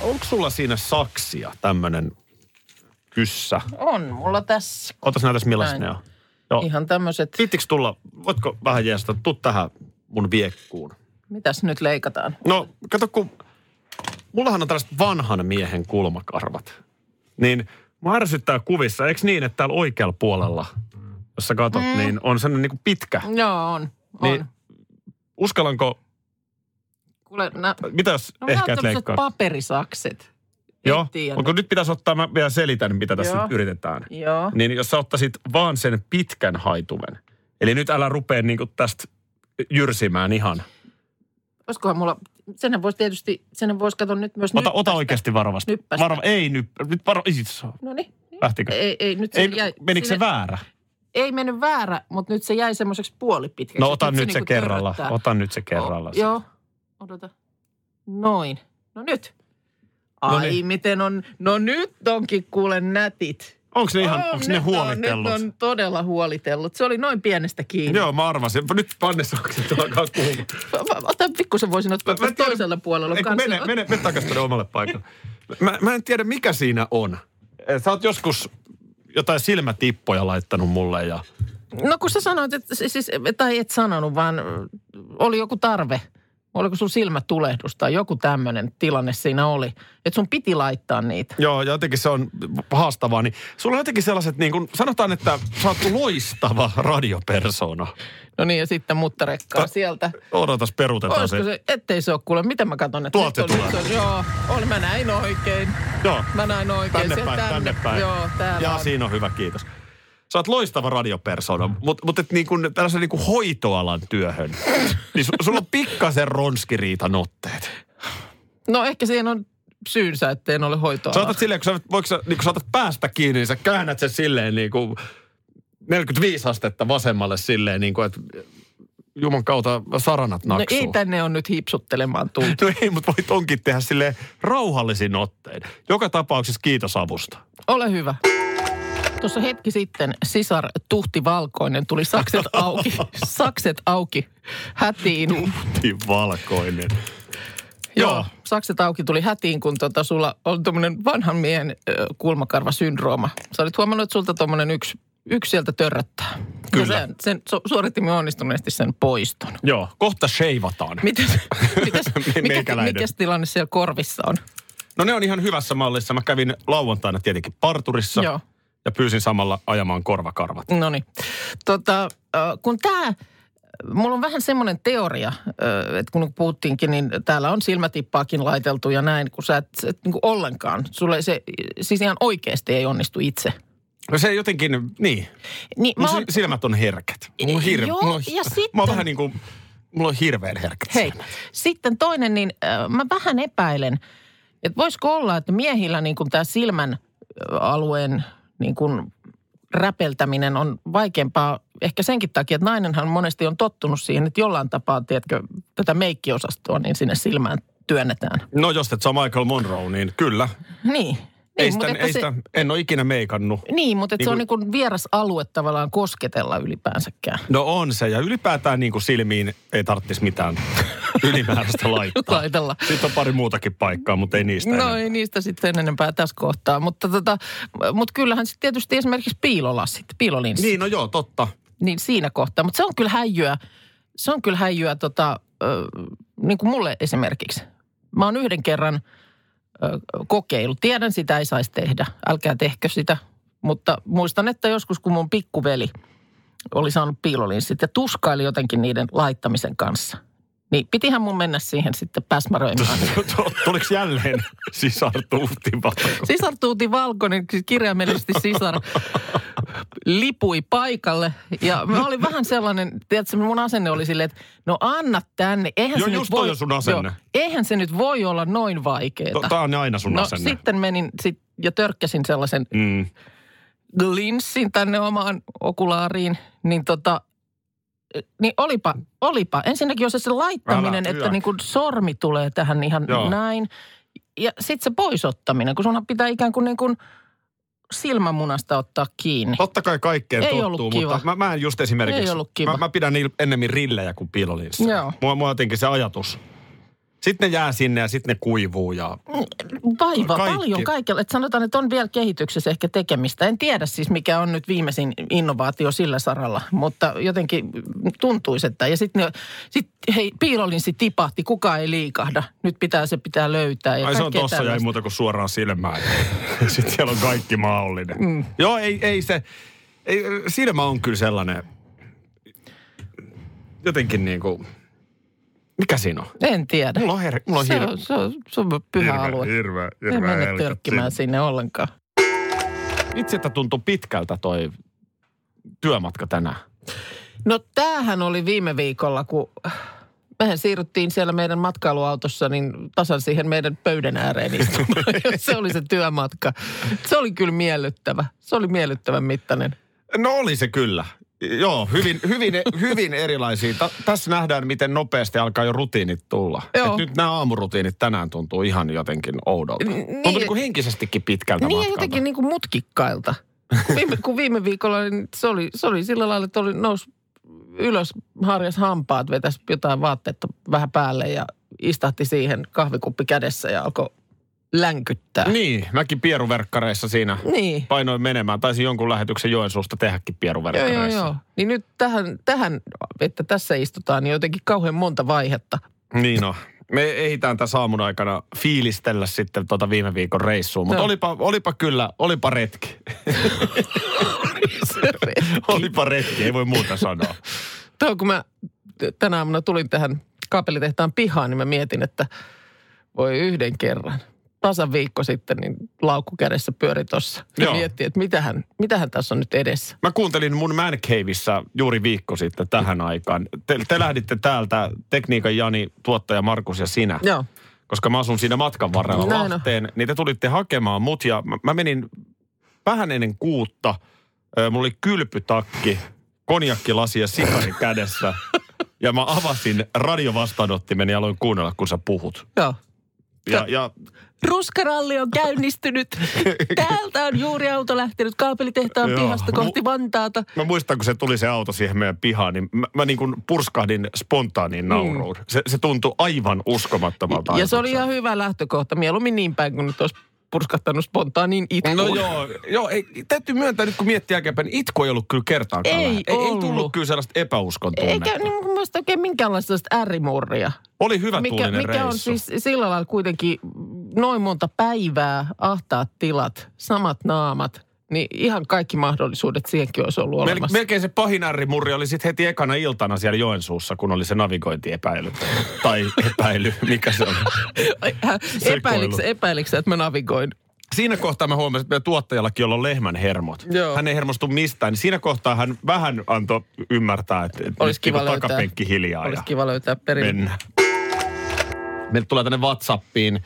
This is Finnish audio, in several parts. Onko sulla siinä saksia tämmönen kyssä? On mulla tässä. Otas näytäs millaiset Näin. ne on. Joo. Ihan tämmöiset, Viittikö tulla, voitko vähän jeesata, tuu tähän mun viekkuun. mitäs nyt leikataan? No, kato kun, mullahan on tällaiset vanhan miehen kulmakarvat. Niin mä ärsyttää kuvissa, eikö niin, että täällä oikealla puolella, jos sä katot, mm. niin on semmoinen niinku pitkä. Joo, on. on. Niin, uskallanko, Kuule, nä, mitä jos no no, mä ehkä oon et tämmöiset leikkaa? paperisakset. Joo, tiedä. mutta nyt pitäisi ottaa, mä vielä selitän, mitä tässä Joo. nyt yritetään. Joo. Niin jos sä ottaisit vaan sen pitkän haitumen, eli nyt älä rupea niinku tästä jyrsimään ihan. Olisikohan mulla, senhän voisi tietysti, senhän voisi katsoa nyt myös Ota, nyt. ota oikeasti varovasti. Nyppästä. Varo, ei nyt, nyt varo, ei, sit- No niin. lähtikö? Ei, ei, nyt se Ei, jäi, menikö se sinne- väärä? Ei mennyt väärä, mutta nyt se jäi semmoiseksi puolipitkäksi. No että ota nyt se niinku kerralla, törröttää. ota nyt se kerralla. O- joo, odota. Noin. No nyt. No Ai niin. miten on, no nyt onkin kuule nätit. Onko ne ihan, On, onko ne Oh, nyt huolitellut? On, nyt on todella huolitellut. Se oli noin pienestä kiinni. Joo, mä arvasin. Nyt pannesokset alkaa kuulua. Mä- mä Ota pikkusen voisin ottaa Mä- mä tästä tiedän- toisella puolella. Ei, kun kanssa. mene, mene, mene takaisin tuonne omalle paikalle. Mä, mä en tiedä, mikä siinä on. Sä oot joskus jotain silmätippoja laittanut mulle ja... No kun sä sanoit, että, siis, tai et sanonut, vaan ö, oli joku tarve. Oliko sun silmätulehdus tai joku tämmöinen tilanne siinä oli. Että sun piti laittaa niitä. Joo, ja jotenkin se on haastavaa. Niin sulla on jotenkin sellaiset, niin kuin, sanotaan, että sä oot loistava radiopersona. No niin, ja sitten muttarekkaa Ta- sieltä. Odotas, peruutetaan Olisiko se, ettei se ole kuule. Mitä mä katson? Että Tuolta nyt on- tulee. nyt on- Joo, oli, mä näin oikein. Joo, Mä näin oikein. tänne Siellä päin, tänne päin. Joo, täällä ja on. siinä on hyvä, kiitos. Sä oot loistava radiopersona, mutta mut et niin kuin tällaisen niin kuin hoitoalan työhön, niin su, sulla on pikkasen ronskiriitan otteet. No ehkä siihen on syynsä, että en ole hoitoa. Sä otat silleen, kun sä, voiko sä, niin kun sä otat päästä kiinni, niin sä käännät sen silleen niin kuin 45 astetta vasemmalle silleen, niin kuin, että juman kautta saranat No naksuu. ei tänne on nyt hipsuttelemaan tullut. No ei, mutta voit onkin tehdä sille rauhallisin ottein. Joka tapauksessa kiitos avusta. Ole hyvä. Tuossa hetki sitten sisar Tuhti Valkoinen tuli sakset auki, sakset auki hätiin. Niin valkoinen. Joo. Sakset auki tuli hätiin, kun tota sulla on tuommoinen vanhan miehen ö, kulmakarvasyndrooma. Sä olit huomannut, että sulta tuommoinen yksi, yksi sieltä törröttää. Kyllä. Ja Sen, sen su- suoritimme onnistuneesti sen poiston. Joo, kohta sheivataan. Mites, mites, Me- mikä, meikäläinen. mikäs tilanne siellä korvissa on? No ne on ihan hyvässä mallissa. Mä kävin lauantaina tietenkin parturissa. Joo. Ja pyysin samalla ajamaan korvakarvat. No niin. Tota, äh, kun tämä, mulla on vähän semmoinen teoria, äh, että kun puhuttiinkin, niin täällä on silmätippaakin laiteltu ja näin, kun sä et, et niin kuin ollenkaan, sulle se siis ihan oikeasti ei onnistu itse. No se jotenkin, niin. Niin Mun sil- silmät on herkät. Mulla on hirve. Joo, mulla on, ja sitten- Mä oon vähän niin kuin, mulla on hirveän herkät Hei, silmät. sitten toinen, niin äh, mä vähän epäilen, että voisiko olla, että miehillä niin tämä silmän ö, alueen niin kuin räpeltäminen on vaikeampaa ehkä senkin takia, että nainenhan monesti on tottunut siihen, että jollain tapaa, tiedätkö, tätä meikkiosastoa, niin sinne silmään työnnetään. No jos et saa Michael Monroe, niin kyllä. Niin. Niin, ei mutta sitä, että ei sitä, en ole ikinä meikannut. niin, mutta että Niin se on niin kuin- kuin vieras alue tavallaan kosketella ylipäänsäkään. No on se, ja ylipäätään niin kuin silmiin ei tarvitsisi mitään ylimääräistä laittaa. Laitella. Sitten on pari muutakin paikkaa, mutta ei niistä No enää. ei niistä sitten enempää tässä kohtaa, mutta tota, mut kyllähän sitten tietysti esimerkiksi piilolasit, piilolinssit, niin. Niin, no joo, totta. niin siinä kohtaa. Mutta se on kyllä häijyä, se on kyllä häijyä tota, ö, niin kuin mulle esimerkiksi. Mä oon yhden kerran ö, kokeillut, tiedän sitä ei saisi tehdä, älkää tehkö sitä. Mutta muistan, että joskus kun mun pikkuveli oli saanut piilolinssit ja tuskaili jotenkin niiden laittamisen kanssa. Niin pitihän mun mennä siihen sitten päsmäröimään. Tuliko jälleen sisar tuhtimaan? Sisar Tuuti Valkonen, siis kirjaimellisesti sisar, siis lipui paikalle. Ja mä olin vähän sellainen, tiedätkö, mun asenne oli silleen, että no anna tänne. Eihän Joo, se just nyt voi, toi on sun asenne. eihän se nyt voi olla noin vaikeeta. Tämä on aina sun no asenne. sitten menin sit, ja törkkäsin sellaisen Mm. glinssin tänne omaan okulaariin, niin tota, niin olipa, olipa. Ensinnäkin on se, se laittaminen, Älä, että hyvä. niin kuin sormi tulee tähän ihan Joo. Joo. näin. Ja sitten se poisottaminen, kun sunhan pitää ikään kuin, niin kuin silmämunasta ottaa kiinni. Totta kai kaikkeen Ei ollut tottuu, kiva. mutta mä, mä en just esimerkiksi... Ei ollut kiva. Mä, mä pidän il, ennemmin rillejä kuin piilolinssejä. Joo. Mua, mua jotenkin se ajatus. Sitten ne jää sinne ja sitten ne kuivuu ja... Vaiva, Kaikki. Kaikki. paljon kaikella. Et sanotaan, että on vielä kehityksessä ehkä tekemistä. En tiedä siis, mikä on nyt viimeisin innovaatio sillä saralla, mutta jotenkin tuntuisi, että... Ja sitten sit, hei, piilolinssi tipahti, kukaan ei liikahda. Nyt pitää se pitää löytää. Ja Ai se on kaikkea tossa, jäi tällaista. muuta kuin suoraan silmään. sitten siellä on kaikki mahdollinen. Mm. Joo, ei, ei se... Ei, silmä on kyllä sellainen... Jotenkin niin kuin... Mikä siinä on? En tiedä. Mulla on, her, mulla on se, hirveä... on, se, on, se on pyhä alue. hirveä, en mene helkat törkkimään sinne ollenkaan. Itsestä tuntui pitkältä toi työmatka tänään. No tämähän oli viime viikolla, kun mehän siirryttiin siellä meidän matkailuautossa niin tasan siihen meidän pöydän ääreen istumaan. se oli se työmatka. Se oli kyllä miellyttävä. Se oli miellyttävän mittainen. No oli se kyllä. Joo, hyvin, hyvin, hyvin erilaisia. Ta- tässä nähdään, miten nopeasti alkaa jo rutiinit tulla. Joo. Et nyt nämä aamurutiinit tänään tuntuu ihan jotenkin oudolta. Niin. Tuntuu niin kuin henkisestikin pitkältä niin ja matkalta. jotenkin niin kuin mutkikkailta. Kun viime, kun viime viikolla niin se, oli, se oli sillä lailla, että oli nous ylös, harjas hampaat, vetäisi jotain vaatteetta vähän päälle ja istahti siihen kahvikuppi kädessä ja alkoi länkyttää. Niin, mäkin pieruverkkareissa siinä niin. painoin menemään. Taisin jonkun lähetyksen Joensuusta tehdäkin Joo, pieruverkkareissa. joo, joo. Niin nyt tähän, tähän, että tässä istutaan, niin jotenkin kauhean monta vaihetta. Niin no. Me ehditään tässä aamun aikana fiilistellä sitten tuota viime viikon reissua, mutta Joo. olipa, olipa kyllä, olipa retki. olipa retki, ei voi muuta sanoa. Tuo kun mä t- tänä aamuna tulin tähän kaapelitehtaan pihaan, niin mä mietin, että voi yhden kerran. Tasan viikko sitten, niin laukku kädessä pyöri tossa. Ja Joo. miettii, että mitähän, mitähän tässä on nyt edessä. Mä kuuntelin mun Man Caveissa juuri viikko sitten tähän aikaan. Te, te lähditte täältä, tekniikan Jani, tuottaja Markus ja sinä. Joo. Koska mä asun siinä matkan varrella Näin on. Lahteen, niin te tulitte hakemaan mut ja mä, mä menin vähän ennen kuutta. Ö, Mulla oli kylpytakki, konjakkilasi ja sikari kädessä. Ja mä avasin radiovastaanottimen ja aloin kuunnella, kun sä puhut. Joo. Ja, ja Ruskaralli on käynnistynyt. Täältä on juuri auto lähtenyt kaapelitehtaan Joo. pihasta kohti Vantaata. Mä muistan, kun se tuli se auto siihen meidän pihaan, niin mä, mä niin kuin purskahdin spontaaniin nauruun. Mm. Se, se tuntui aivan uskomattomalta Niin. Ja se oli ihan ajatukselta. hyvä lähtökohta. Mieluummin niin päin, kun nyt olisi purskahtanut spontaaniin itkuun. No joo, joo ei, täytyy myöntää nyt kun miettii jälkeenpäin, niin itku ei ollut kyllä kertaakaan. Ei lähe- ei, ei ollut. tullut kyllä sellaista epäuskon tunnetta. Eikä niin mun mielestä oikein minkäänlaista sellaista äärimurria. Oli hyvä Mikä, tuulinen mikä on reissu. siis sillä lailla kuitenkin noin monta päivää, ahtaat tilat, samat naamat, niin ihan kaikki mahdollisuudet siihenkin olisi ollut Mel, olemassa. melkein se pahin ärrimurri oli sitten heti ekana iltana siellä Joensuussa, kun oli se navigointiepäily. tai epäily, mikä se oli. Epäiliksä, epäiliksä, että mä navigoin? siinä kohtaa mä huomasin, että meidän tuottajallakin, jolla on lehmän hermot. Joo. Hän ei hermostu mistään. Niin Siinä kohtaa hän vähän antoi ymmärtää, että että Olisi nyt kiva niinku löytää. takapenkki hiljaa Olisi ja kiva löytää perin. mennä. Meille tulee tänne Whatsappiin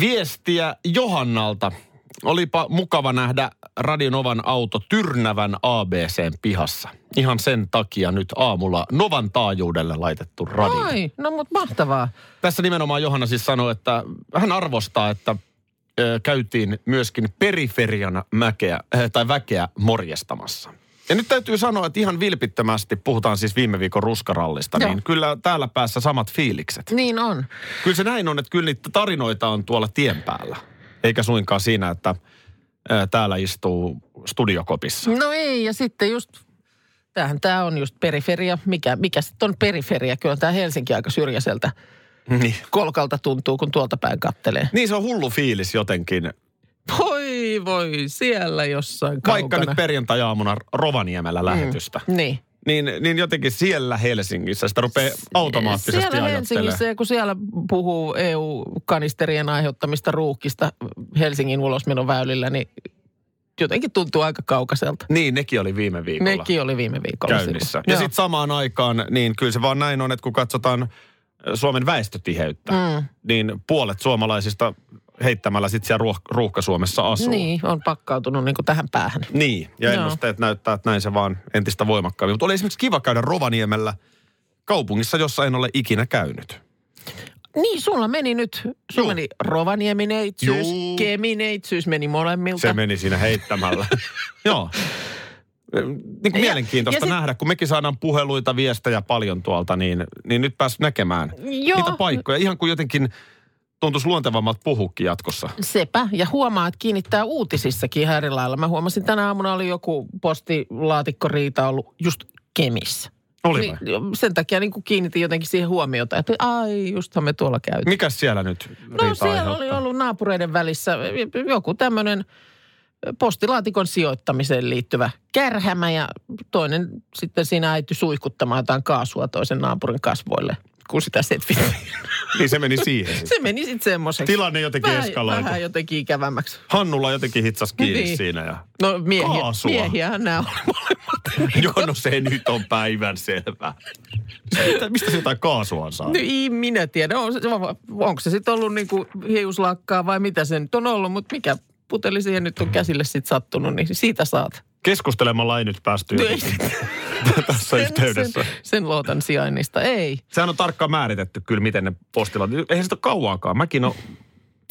viestiä Johannalta. Olipa mukava nähdä Radionovan auto Tyrnävän ABCn pihassa. Ihan sen takia nyt aamulla Novan taajuudelle laitettu radio. Ai, no mutta mahtavaa. Tässä nimenomaan Johanna siis sanoi, että hän arvostaa, että ö, käytiin myöskin periferiana mäkeä, ö, tai väkeä morjestamassa. Ja nyt täytyy sanoa, että ihan vilpittömästi, puhutaan siis viime viikon ruskarallista, Joo. niin kyllä täällä päässä samat fiilikset. Niin on. Kyllä se näin on, että kyllä niitä tarinoita on tuolla tien päällä. Eikä suinkaan siinä, että ö, täällä istuu studiokopissa. No ei, ja sitten just, tämähän tämä on just periferia. Mikä, mikä sitten on periferia? Kyllä tämä Helsinki aika syrjäiseltä Niin. kolkalta tuntuu, kun tuolta päin kattelee. Niin se on hullu fiilis jotenkin. Voi voi, siellä jossain Vaikka kaukana. nyt perjantai-aamuna Rovaniemellä lähetystä. Niin. niin, niin jotenkin siellä Helsingissä sitä rupeaa automaattisesti Siellä Helsingissä, ajattelemaan. ja kun siellä puhuu E EU-kanisterien aiheuttamista ruuhkista Helsingin ulosmenon väylillä, niin jotenkin tuntuu aika kaukaiselta. Niin, nekin oli viime viikolla. Nekin oli viime viikolla. käynnissä. sivu. Ja Joo. sitten samaan aikaan, niin kyllä se vaan näin on, että kun katsotaan Suomen väestötiheyttä, mm. niin puolet suomalaisista heittämällä sitten siellä ruoh- ruuhka-Suomessa asuu. Niin, on pakkautunut niin kuin tähän päähän. Niin, ja Joo. ennusteet näyttää, että näin se vaan entistä voimakkaammin. Mutta oli esimerkiksi kiva käydä Rovaniemellä kaupungissa, jossa en ole ikinä käynyt. Niin, sulla meni nyt, sulla Juu. meni Rovaniemineitsyys, Juu. Kemineitsyys meni molemmilta. Se meni siinä heittämällä. Joo. Niin kuin Ja- mielenkiintoista ja sit- nähdä, kun mekin saadaan puheluita, viestejä paljon tuolta, niin, niin nyt pääs näkemään Joo. niitä paikkoja. Ihan kuin jotenkin tuntuisi luontevammalta puhukin jatkossa. Sepä, ja huomaa, että kiinnittää uutisissakin ihan eri lailla. Mä huomasin, tänä aamuna oli joku postilaatikkoriita ollut just Kemissä. Oli vai? Niin, sen takia niin kuin kiinnitin jotenkin siihen huomiota, että ai, justhan me tuolla käytiin. Mikäs siellä nyt No riitaa siellä aiheuttaa? oli ollut naapureiden välissä joku tämmöinen postilaatikon sijoittamiseen liittyvä kärhämä ja toinen sitten siinä äiti suihkuttamaan jotain kaasua toisen naapurin kasvoille, kun sitä setvitti. Niin se meni siihen. sitten. Se meni sitten semmoiseksi. Tilanne jotenkin Vähän- eskaloitu. Vähän jotenkin ikävämmäksi. Hannulla jotenkin hitsas kiinni Niin. siinä ja... No miehiä, Kaasua. miehiähän nämä oli molemmat. Joo, no se nyt on päivän selvää. Mistä, mistä se jotain kaasua on saanut? No ei minä tiedä, on, se- onko se sitten ollut niinku hiuslakkaa vai mitä se nyt on ollut, mutta mikä puteli siihen nyt on käsille sitten sattunut, niin siitä saat. Keskustelemalla ei nyt päästy No ei jotenkin sit- Niin. tässä yhteydessä. Sen, sen luotan sijainnista, ei. Sehän on tarkkaan määritetty kyllä, miten ne postilat... Eihän sitä ole kauaakaan. Mäkin on...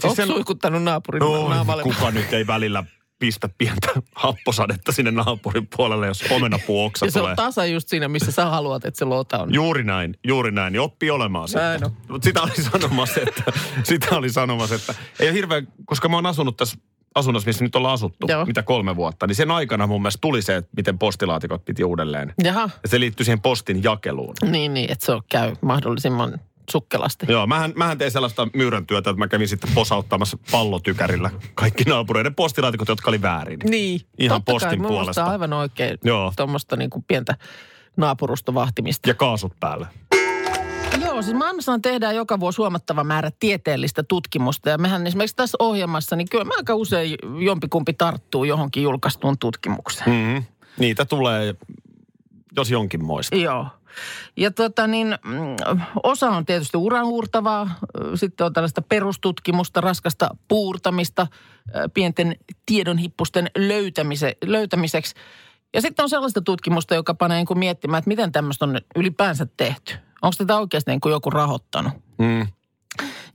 Siis Onko suihkuttanut naapurin no, naamalle? kuka nyt ei välillä pistä pientä happosadetta sinne naapurin puolelle, jos omenapuoksa Ja se tulee. on tasa just siinä, missä sä haluat, että se loota on. Juuri näin, juuri näin. Niin oppii olemaan sitä. Näin on. Mut sitä oli sanomassa, että, sitä oli sanomassa, että ei ole hirveän, koska mä oon asunut tässä asunnossa, missä nyt ollaan asuttu, Joo. mitä kolme vuotta, niin sen aikana mun mielestä tuli se, että miten postilaatikot piti uudelleen. Jaha, Ja se liittyy siihen postin jakeluun. niin niin, että se on- käy mahdollisimman sukkelasti. Joo, mähän, mähän tein sellaista myyrän työtä, että mä kävin sitten posauttamassa pallotykärillä kaikki naapureiden postilaatikot, jotka oli väärin. Niin, Ihan totta postin kai, puolesta. Minusta aivan oikein Joo. tuommoista niinku pientä naapurusta vahtimista. Ja kaasut päällä. Joo, siis maailmassahan tehdään joka vuosi huomattava määrä tieteellistä tutkimusta. Ja mehän esimerkiksi tässä ohjelmassa, niin kyllä mä aika usein jompikumpi tarttuu johonkin julkaistuun tutkimukseen. Mm-hmm. Niitä tulee, jos jonkin moista. Joo. Ja tota niin, mm, osa on tietysti uranuurtavaa, sitten on tällaista perustutkimusta, raskasta puurtamista, ö, pienten tiedonhippusten löytämise, löytämiseksi. Ja sitten on sellaista tutkimusta, joka panee niin kuin miettimään, että miten tämmöistä on ylipäänsä tehty. Onko tätä oikeasti niin kuin joku rahoittanut? Mm.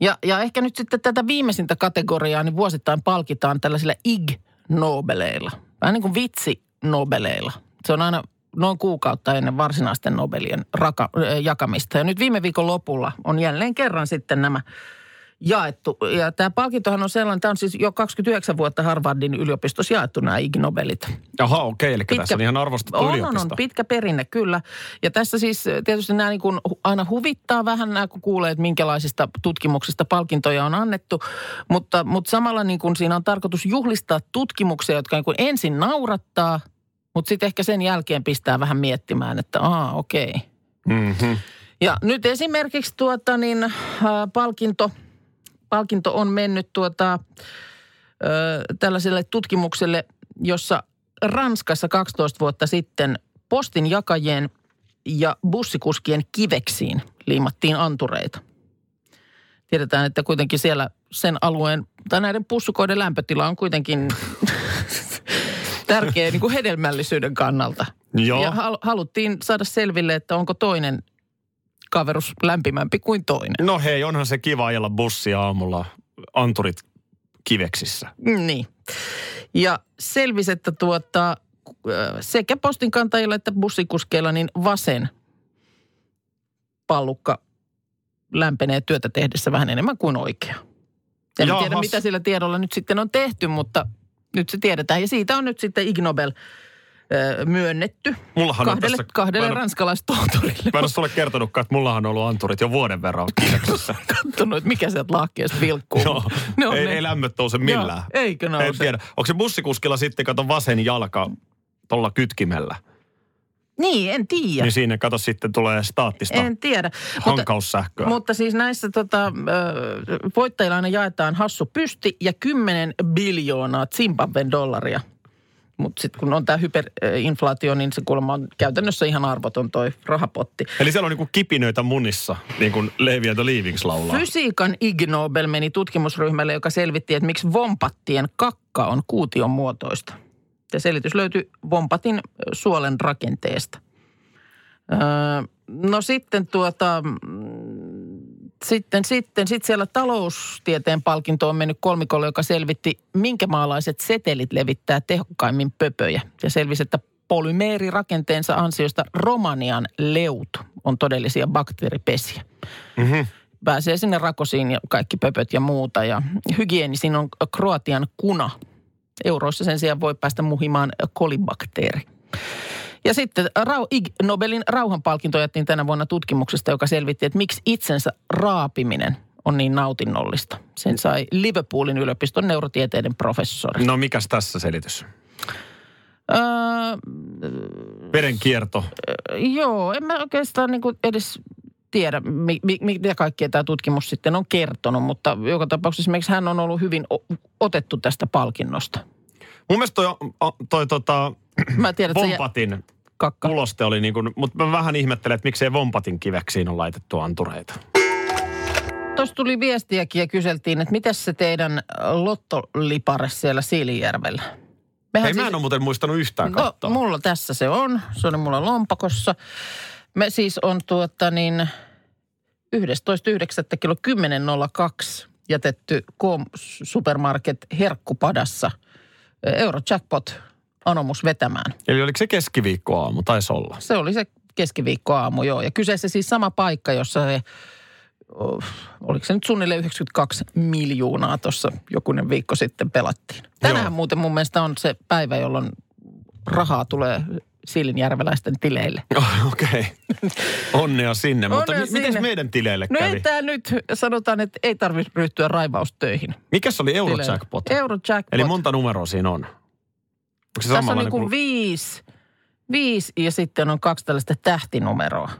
Ja, ja ehkä nyt sitten tätä viimeisintä kategoriaa, niin vuosittain palkitaan tällaisilla IG-nobeleilla. Vähän niin kuin vitsi-nobeleilla. Se on aina noin kuukautta ennen varsinaisten nobelien raka, äh, jakamista. Ja nyt viime viikon lopulla on jälleen kerran sitten nämä jaettu. Ja tämä palkintohan on sellainen, tämä on siis jo 29 vuotta Harvardin yliopistossa jaettu nämä IG Nobelit. Jaha, okei, eli Pitkä- tässä on ihan arvostettu On, on, yliopisto. on, pitkä perinne, kyllä. Ja tässä siis eh, tietysti nämä niin kuin hu- aina huvittaa vähän nämä, kun kuulee, että minkälaisista tutkimuksista palkintoja on annettu. Mutta, mutta samalla niin kuin siinä on tarkoitus juhlistaa tutkimuksia, jotka niin kuin ensin naurattaa, mutta sitten ehkä sen jälkeen pistää vähän miettimään, että aa, okei. Okay. Mm-hmm. Ja nyt esimerkiksi tuota niin, äh, palkinto, palkinto on mennyt tuota, ö, tällaiselle tutkimukselle, jossa Ranskassa 12 vuotta sitten postin jakajien ja bussikuskien kiveksiin liimattiin antureita. Tiedetään, että kuitenkin siellä sen alueen tai näiden pussukoiden lämpötila on kuitenkin tärkeä niin kuin hedelmällisyyden kannalta. Joo. Ja hal- haluttiin saada selville, että onko toinen kaverus lämpimämpi kuin toinen. No hei, onhan se kiva ajella bussia aamulla anturit kiveksissä. Niin. Ja selvisi, että tuota, ö, sekä postinkantajilla että bussikuskeilla niin vasen pallukka lämpenee työtä tehdessä vähän enemmän kuin oikea. En Jahas. tiedä, mitä sillä tiedolla nyt sitten on tehty, mutta nyt se tiedetään. Ja siitä on nyt sitten Ig Nobel ö, myönnetty Mullahan kahdelle, on tässä... kahdelle mä en, ranskalaistohtorille. mä en ole sulle kertonutkaan, että mullahan on ollut anturit jo vuoden verran kiveksissä. kattonut, että mikä sieltä laakkeesta vilkkuu. Joo. Ne on ei, ne. ei lämmöt nouse millään. No niin. Joo. Eikö nouse? En tiedä. Onko se bussikuskilla sitten, kato vasen jalka tuolla kytkimellä. Niin, en tiedä. Niin siinä, kato sitten tulee staattista En tiedä. hankaussähköä. mutta siis näissä tota, ö, voittajilla aina jaetaan hassu pysti ja 10 biljoonaa Zimbabwen dollaria. Mutta sitten kun on tämä hyperinflaatio, niin se kuulemma on käytännössä ihan arvoton toi rahapotti. Eli siellä on niinku kipinöitä munissa, niin kuin Levi and the Leavings laulaa. Fysiikan Ig Nobel meni tutkimusryhmälle, joka selvitti, että miksi vompattien kakka on kuution muotoista. Ja selitys löytyi vompatin ö, suolen rakenteesta. Öö, no sitten tuota, mm, sitten, sitten, sitten siellä taloustieteen palkinto on mennyt kolmikolle, joka selvitti, minkä maalaiset setelit levittää tehokkaimmin pöpöjä. Ja selvisi, että polymeerirakenteensa ansiosta Romanian leutu on todellisia bakteeripesiä Mhm. pääsee sinne rakosiin ja kaikki pöpöt ja muuta. Ja hygienisin on Kroatian kuna. Euroissa sen sijaan voi päästä muhimaan kolibakteeri. Ja sitten Rau, Ig Nobelin rauhanpalkinto jättiin tänä vuonna tutkimuksesta, joka selvitti, että miksi itsensä raapiminen on niin nautinnollista. Sen sai Liverpoolin yliopiston neurotieteiden professori. No mikäs tässä selitys? Öö, Verenkierto. Joo, en mä oikeastaan niin edes tiedä, mi, mi, mitä kaikkea tämä tutkimus sitten on kertonut, mutta joka tapauksessa esimerkiksi hän on ollut hyvin o- otettu tästä palkinnosta. Mun mielestä toi, o- toi tota, Mä tiedän, että se jä- vompatin kakka. kuloste oli niin kuin, mutta mä vähän ihmettelen, että miksei vompatin kiveksiin on laitettu antureita. Tuossa tuli viestiäkin ja kyseltiin, että mitä se teidän lottolipare siellä Siilijärvellä? Mehän Hei, mä en ole muuten muistanut yhtään siis- no, katsoa. mulla tässä se on. Se oli mulla lompakossa. Me siis on tuota niin 11.9. kello 10.02 jätetty K-supermarket Herkkupadassa ö, Eurojackpot anomus vetämään. Eli oliko se keskiviikkoaamu? Taisi olla. Se oli se keskiviikkoaamu, joo. Ja kyseessä siis sama paikka, jossa se, oh, oliko se nyt suunnilleen 92 miljoonaa tuossa jokunen viikko sitten pelattiin. Tänään Joo. muuten mun mielestä on se päivä, jolloin rahaa tulee Siilinjärveläisten tileille. Okei. Onnea sinne. Mutta Onnea mi- miten sinne. meidän tileille No kävi? ei tämä nyt, sanotaan, että ei tarvitse ryhtyä raivaustöihin. Mikäs oli tileille. Eurojackpot? Eurojackpot. Eli monta numeroa siinä on? Onko se niinku- Tässä on samanlainen niin kuin viisi, viisi ja sitten on kaksi tällaista tähtinumeroa.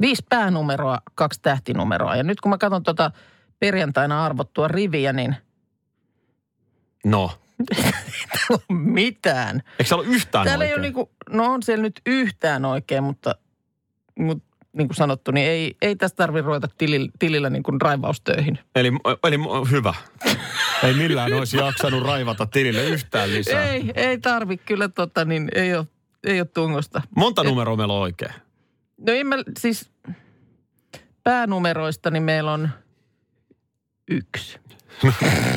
Viisi päänumeroa, kaksi tähtinumeroa. Ja nyt kun mä katson tuota perjantaina arvottua riviä, niin No. ei ole mitään. Eikö se ole yhtään Täällä ei oikein? ole niin kuin, no on siellä nyt yhtään oikein, mutta, mutta niin kuin sanottu, niin ei, ei tästä tarvitse ruveta tilillä, tilillä niin kuin raivaustöihin. Eli, eli hyvä. Ei millään olisi jaksanut raivata tilille yhtään lisää. Ei. Ei, ei tarvi kyllä tota, niin ei ole, ei ole tungosta. Monta numeroa meillä on oikein? No ei mä, siis päänumeroista niin meillä on yksi.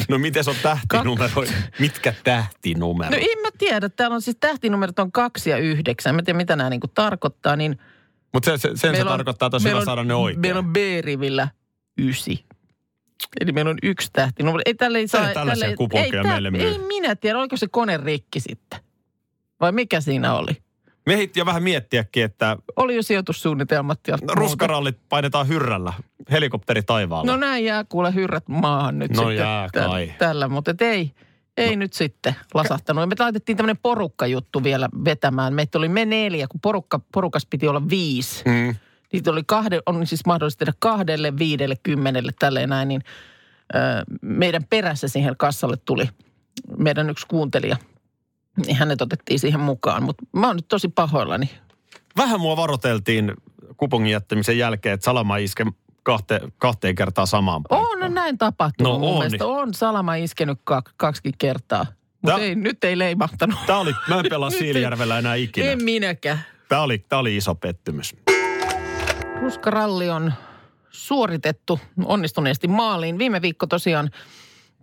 No miten se on tähtinumeroita? Mitkä No tähtinumerot? en mä tiedä, täällä on siis tähtinumerot on kaksi ja yhdeksän. Mä en tiedä, mitä nämä niinku tarkoittaa, niin... Mutta se, se, sen se meillä on- tarkoittaa, että on meillä hyvä on- saada ne oikein. Meillä on B-rivillä ysi. Eli meillä on yksi tähtinumero. Ei tälle ei saa... Ei tällaisia ei- kupokeja ei, tää- meille myy. Ei minä tiedä, oliko se kone rikki sitten. Vai mikä siinä oli? Me ehdittiin jo vähän miettiäkin, että Oli jo sijoitussuunnitelmat ja... No, muuta. Ruskarallit painetaan hyrrällä, helikopteri taivaalla. No No, näin jää kuule hyrrät maahan nyt No sitten jää tä- kai. tällä, mutta et ei, ei no. nyt sitten lasahtanut. Ja Me laitettiin tämmöinen porukkajuttu vielä vetämään. Meitä oli me neljä, kun porukka, porukas piti olla viisi. mm. Niitä oli kahde, on siis mahdollista tehdä kahdelle, viidelle, kymmenelle, tälleen näin, niin ö, meidän perässä siihen kassalle tuli meidän yksi kuuntelija. Niin hänet otettiin siihen mukaan, mutta mä oon nyt tosi pahoillani. Vähän mua varoteltiin kupongin jättämisen jälkeen, että Salama iske kahte, kahteen kertaan samaan On no näin tapahtunut No mun on. mielestä. On Salama iskenyt kak, kaksikin kertaa, mutta Tää- ei, nyt ei leimahtanut. Tämä oli, mä en pelaa Nyt Siilijärvellä enää ikinä. En minäkään. Tämä oli, tää oli iso pettymys. Ruskaralli on suoritettu onnistuneesti maaliin. Viime viikko tosiaan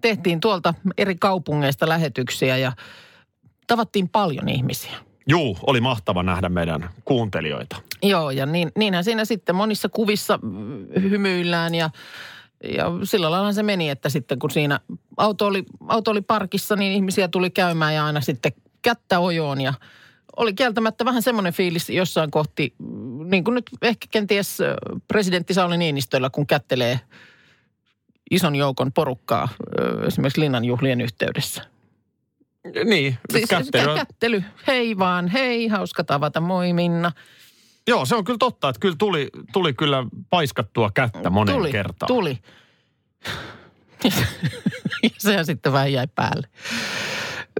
tehtiin tuolta eri kaupungeista lähetyksiä ja tavattiin paljon ihmisiä. Juu, oli mahtava nähdä meidän kuuntelijoita. Joo, ja niin, niinhän siinä sitten monissa kuvissa mm, hymyillään ja, ja sillä lailla se meni, että sitten kun siinä auto oli, auto oli parkissa, niin ihmisiä tuli käymään ja aina sitten kättä ojoon ja oli kieltämättä vähän semmoinen fiilis jossain kohti, mm, niin kuin nyt ehkä kenties ö, presidentti Sauli Niinistöllä, kun kättelee ison joukon porukkaa ö, esimerkiksi linnanjuhlien yhteydessä. Niin, Siis kättely. kä- kättely, hei vaan, hei, hauska tavata, moi Minna. Joo, se on kyllä totta, että kyllä tuli, tuli kyllä paiskattua kättä monen tuli, kertaan. Tuli. Ja se- ja sehän sitten vähän jäi päälle.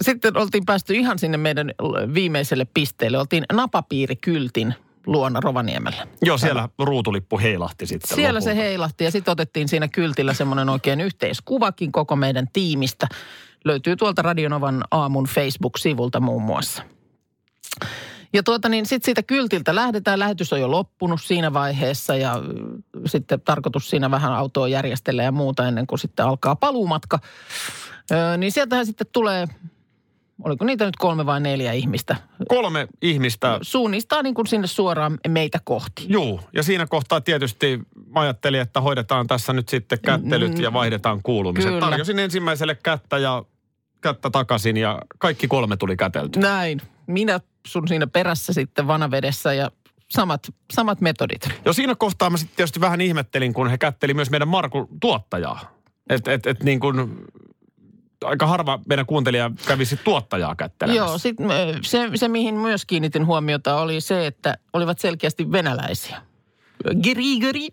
sitten oltiin päästy ihan sinne meidän viimeiselle pisteelle. Oltiin napapiirikyltin luona Rovaniemellä. Joo, siellä ruutulippu heilahti sitten Siellä lopulta. se heilahti ja sitten otettiin siinä kyltillä semmoinen oikein yhteiskuvakin koko meidän tiimistä. Löytyy tuolta Radionovan aamun Facebook-sivulta muun muassa. Ja tuota niin, sitten siitä kyltiltä lähdetään. Lähetys on jo loppunut siinä vaiheessa ja mm, sitten tarkoitus siinä vähän autoa järjestellä ja muuta ennen kuin sitten alkaa paluumatka. Öö, niin sieltähän sitten tulee, oliko niitä nyt kolme vai neljä ihmistä, Kolme ihmistä. suunnistaa niin kuin sinne suoraan meitä kohti. Juu, ja siinä kohtaa tietysti mä ajattelin, että hoidetaan tässä nyt sitten kättelyt ja vaihdetaan kuulumiset. Mm. Kyllä. Tarjosin ensimmäiselle kättä ja kättä takaisin ja kaikki kolme tuli kätelty. Näin. Minä sun siinä perässä sitten vanavedessä ja samat, samat metodit. Ja siinä kohtaa mä sitten tietysti vähän ihmettelin, kun he kätteli myös meidän Markun tuottajaa. Että et, et niin kuin aika harva meidän kuuntelija kävi sitten tuottajaa kättelemässä. Joo, sit, ö, se, se mihin myös kiinnitin huomiota oli se, että olivat selkeästi venäläisiä. Grigori,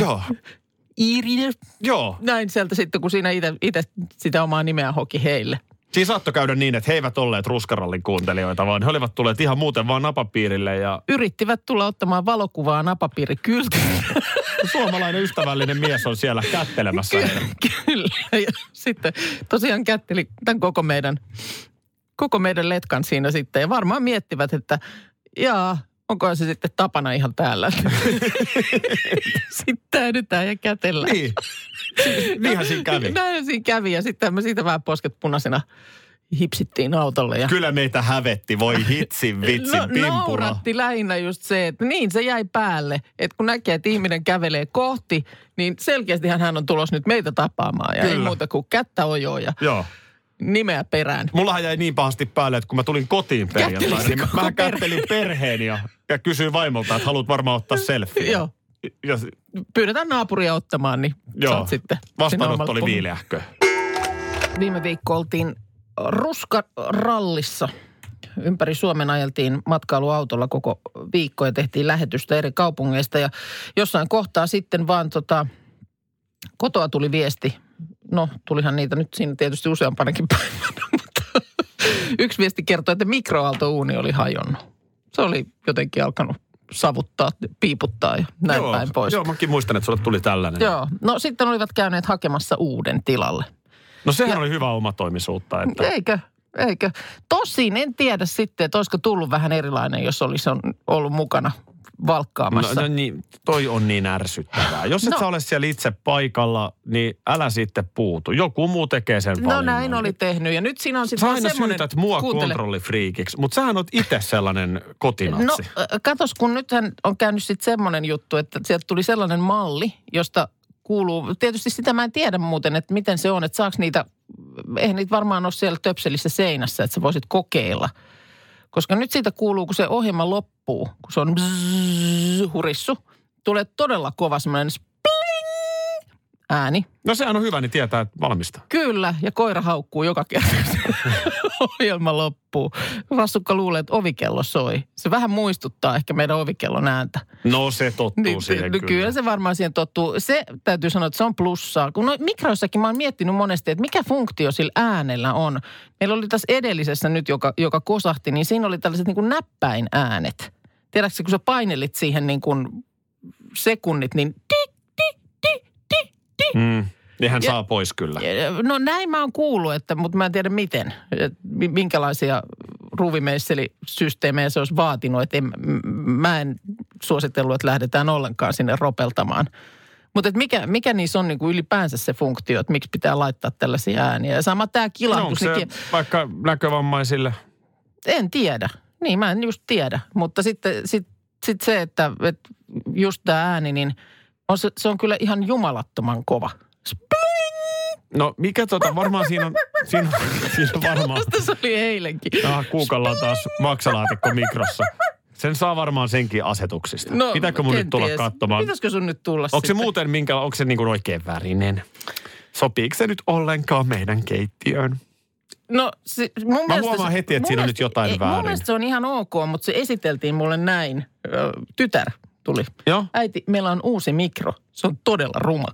Joo, Irine. joo. Näin sieltä sitten, kun siinä itse sitä omaa nimeä hoki heille. Siinä saattoi käydä niin, että he eivät olleet ruskarallin kuuntelijoita, vaan he olivat tulleet ihan muuten vaan napapiirille ja Yrittivät tulla ottamaan valokuvaa napapiiri kyltiltä. suomalainen ystävällinen mies on siellä kättelemässä. heitä. Kyllä. Ja sitten tosiaan kätteli tämän koko meidän, koko meidän letkan siinä sitten. Ja varmaan miettivät, että jaa, onko se sitten tapana ihan täällä. sitten täydytään ja kätellään. Niin. Si- Niinhän siinä kävi. Näin siinä kävi ja sitten me siitä vähän posket punaisena hipsittiin autolle. Ja Kyllä meitä hävetti, voi hitsin vitsin No, pimpura. nauratti lähinnä just se, että niin se jäi päälle. Että kun näkee, että ihminen kävelee kohti, niin selkeästihän hän on tulos nyt meitä tapaamaan. Ja Kyllä. ei Kyllä. muuta kuin kättä ojoa ja Joo. nimeä perään. Mullahan jäi niin pahasti päälle, että kun mä tulin kotiin perjantaina, Kättelit niin mä, koko mä perhe. kättelin perheen ja, ja kysyin vaimolta, että haluat varmaan ottaa selfie. Joo. Ja, Pyydetään naapuria ottamaan, niin Joo. joo. saat sitten. sinne omalle Vastaanotto oli puolelle. viileähkö. Viime viikko oltiin ruskarallissa. Ympäri Suomen ajeltiin matkailuautolla koko viikko ja tehtiin lähetystä eri kaupungeista. Ja jossain kohtaa sitten vaan tota, kotoa tuli viesti. No, tulihan niitä nyt siinä tietysti useampanakin päivänä, mutta yksi viesti kertoi, että mikroaaltouuni oli hajonnut. Se oli jotenkin alkanut savuttaa, piiputtaa ja näin joo, päin pois. Joo, mäkin muistan, että sulle tuli tällainen. Joo. No sitten olivat käyneet hakemassa uuden tilalle. No sehän oli hyvä omatoimisuutta, että Eikö? Eikö? Tosin en tiedä sitten, että olisiko tullut vähän erilainen, jos olisi on ollut mukana valkkaamassa. No, no niin, toi on niin ärsyttävää. Jos et No. no. sä ole siellä itse paikalla, niin älä sitten puutu. Joku muu tekee sen no, no valinnan. näin oli tehnyt ja nyt siinä on sitten Sä vaan aina semmoinen... syytät mua Kuuntele. kontrollifriikiksi, mutta sähän oot itse sellainen kotinatsi. No äh, katos, kun nythän on käynyt sitten semmoinen juttu, että sieltä tuli sellainen malli, josta kuuluu, tietysti sitä mä en tiedä muuten, että miten se on, että saaks niitä, eihän niitä varmaan ole siellä töpselissä seinässä, että sä voisit kokeilla. Koska nyt siitä kuuluu, kun se ohjelma loppuu, kun se on bzzz, hurissu, tulee todella kova semmoinen spling ääni. no sehän on hyvä, niin tietää, että valmista. Kyllä, ja koira haukkuu joka kerta. Ohjelma loppuu. Rassukka luulee, että ovikello soi. Se vähän muistuttaa ehkä meidän ovikellon ääntä. No se tottuu Niin, siihen niin kyllä se varmaan siihen tottuu. Se täytyy sanoa, että se on plussaa. Kun no, mikroissakin mä oon miettinyt monesti, että mikä funktio sillä äänellä on. Meillä oli tässä edellisessä nyt, joka, joka kosahti, niin siinä oli tällaiset niin kuin näppäinäänet. Tiedätkö, kun sä painelit siihen niin kuin sekunnit, niin Mm. Niin hän saa pois kyllä. No näin mä oon kuullut, että, mutta mä en tiedä miten, että mi- minkälaisia ruuvimeisselisysteemejä se olisi vaatinut. Että en, m- mä en suositellut, että lähdetään ollenkaan sinne ropeltamaan. Mutta et mikä, mikä niissä on niinku ylipäänsä se funktio, että miksi pitää laittaa tällaisia ääniä. Ja sama tämä No, onko kilahdus. se niin ki- vaikka näkövammaisille? En tiedä. Niin mä en just tiedä. Mutta sitten sit, sit se, että, että just tämä ääni, niin on se, se on kyllä ihan jumalattoman kova. No mikä tota, varmaan siinä on, siinä, on- siinä on varmaan... Tästä se oli eilenkin. Ah, kuukalla on taas maksalaatikko mikrossa. Sen saa varmaan senkin asetuksista. No, Pitääkö mun nyt tulla kenties. katsomaan? Pitäisikö sun nyt tulla Onko se sitten? muuten minkä, onko se niin kuin oikein värinen? Sopiiko se nyt ollenkaan meidän keittiöön? No, se, mun Mä mielestä huomaan se, heti, että mun siinä on nyt mielestä- jotain ei, Mun väärin. mielestä se on ihan ok, mutta se esiteltiin mulle näin. Ö, tytär tuli. Joo. Äiti, meillä on uusi mikro. Se on todella ruma.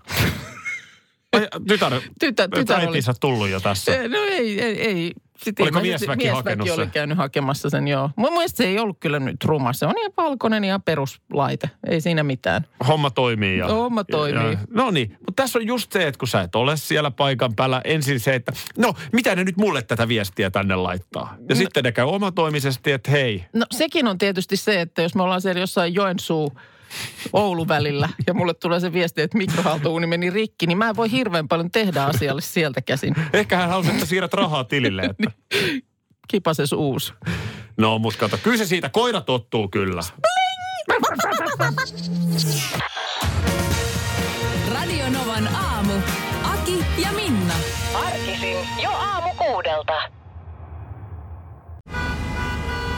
Ai, Tytär, Tytär, tytär tytär oli... äitinsä tullut jo tässä. Eh, No ei, ei, ei. Sitten Oliko ilmeisesti miesväki hakenut oli sen? käynyt hakemassa sen, joo. Mun mielestä se ei ollut kyllä nyt ruma. Se on ihan valkoinen ja peruslaite. Ei siinä mitään. Homma toimii ja... Homma toimii. no niin, mutta tässä on just se, että kun sä et ole siellä paikan päällä, ensin se, että no, mitä ne nyt mulle tätä viestiä tänne laittaa? Ja sitten ne käy omatoimisesti, että hei, No sekin on tietysti se, että jos me ollaan siellä jossain Joensuu Oulu välillä ja mulle tulee se viesti, että mikrohaaltouuni meni rikki, niin mä en voi hirveän paljon tehdä asialle sieltä käsin. ehkä hän halusi, että siirrät rahaa tilille. Niin. Että. Kipases uusi. No, mutta kato, kyllä se siitä koira tottuu kyllä. Radio Novan aamu. Aki ja Minna. Arkisin jo aamu kuudelta.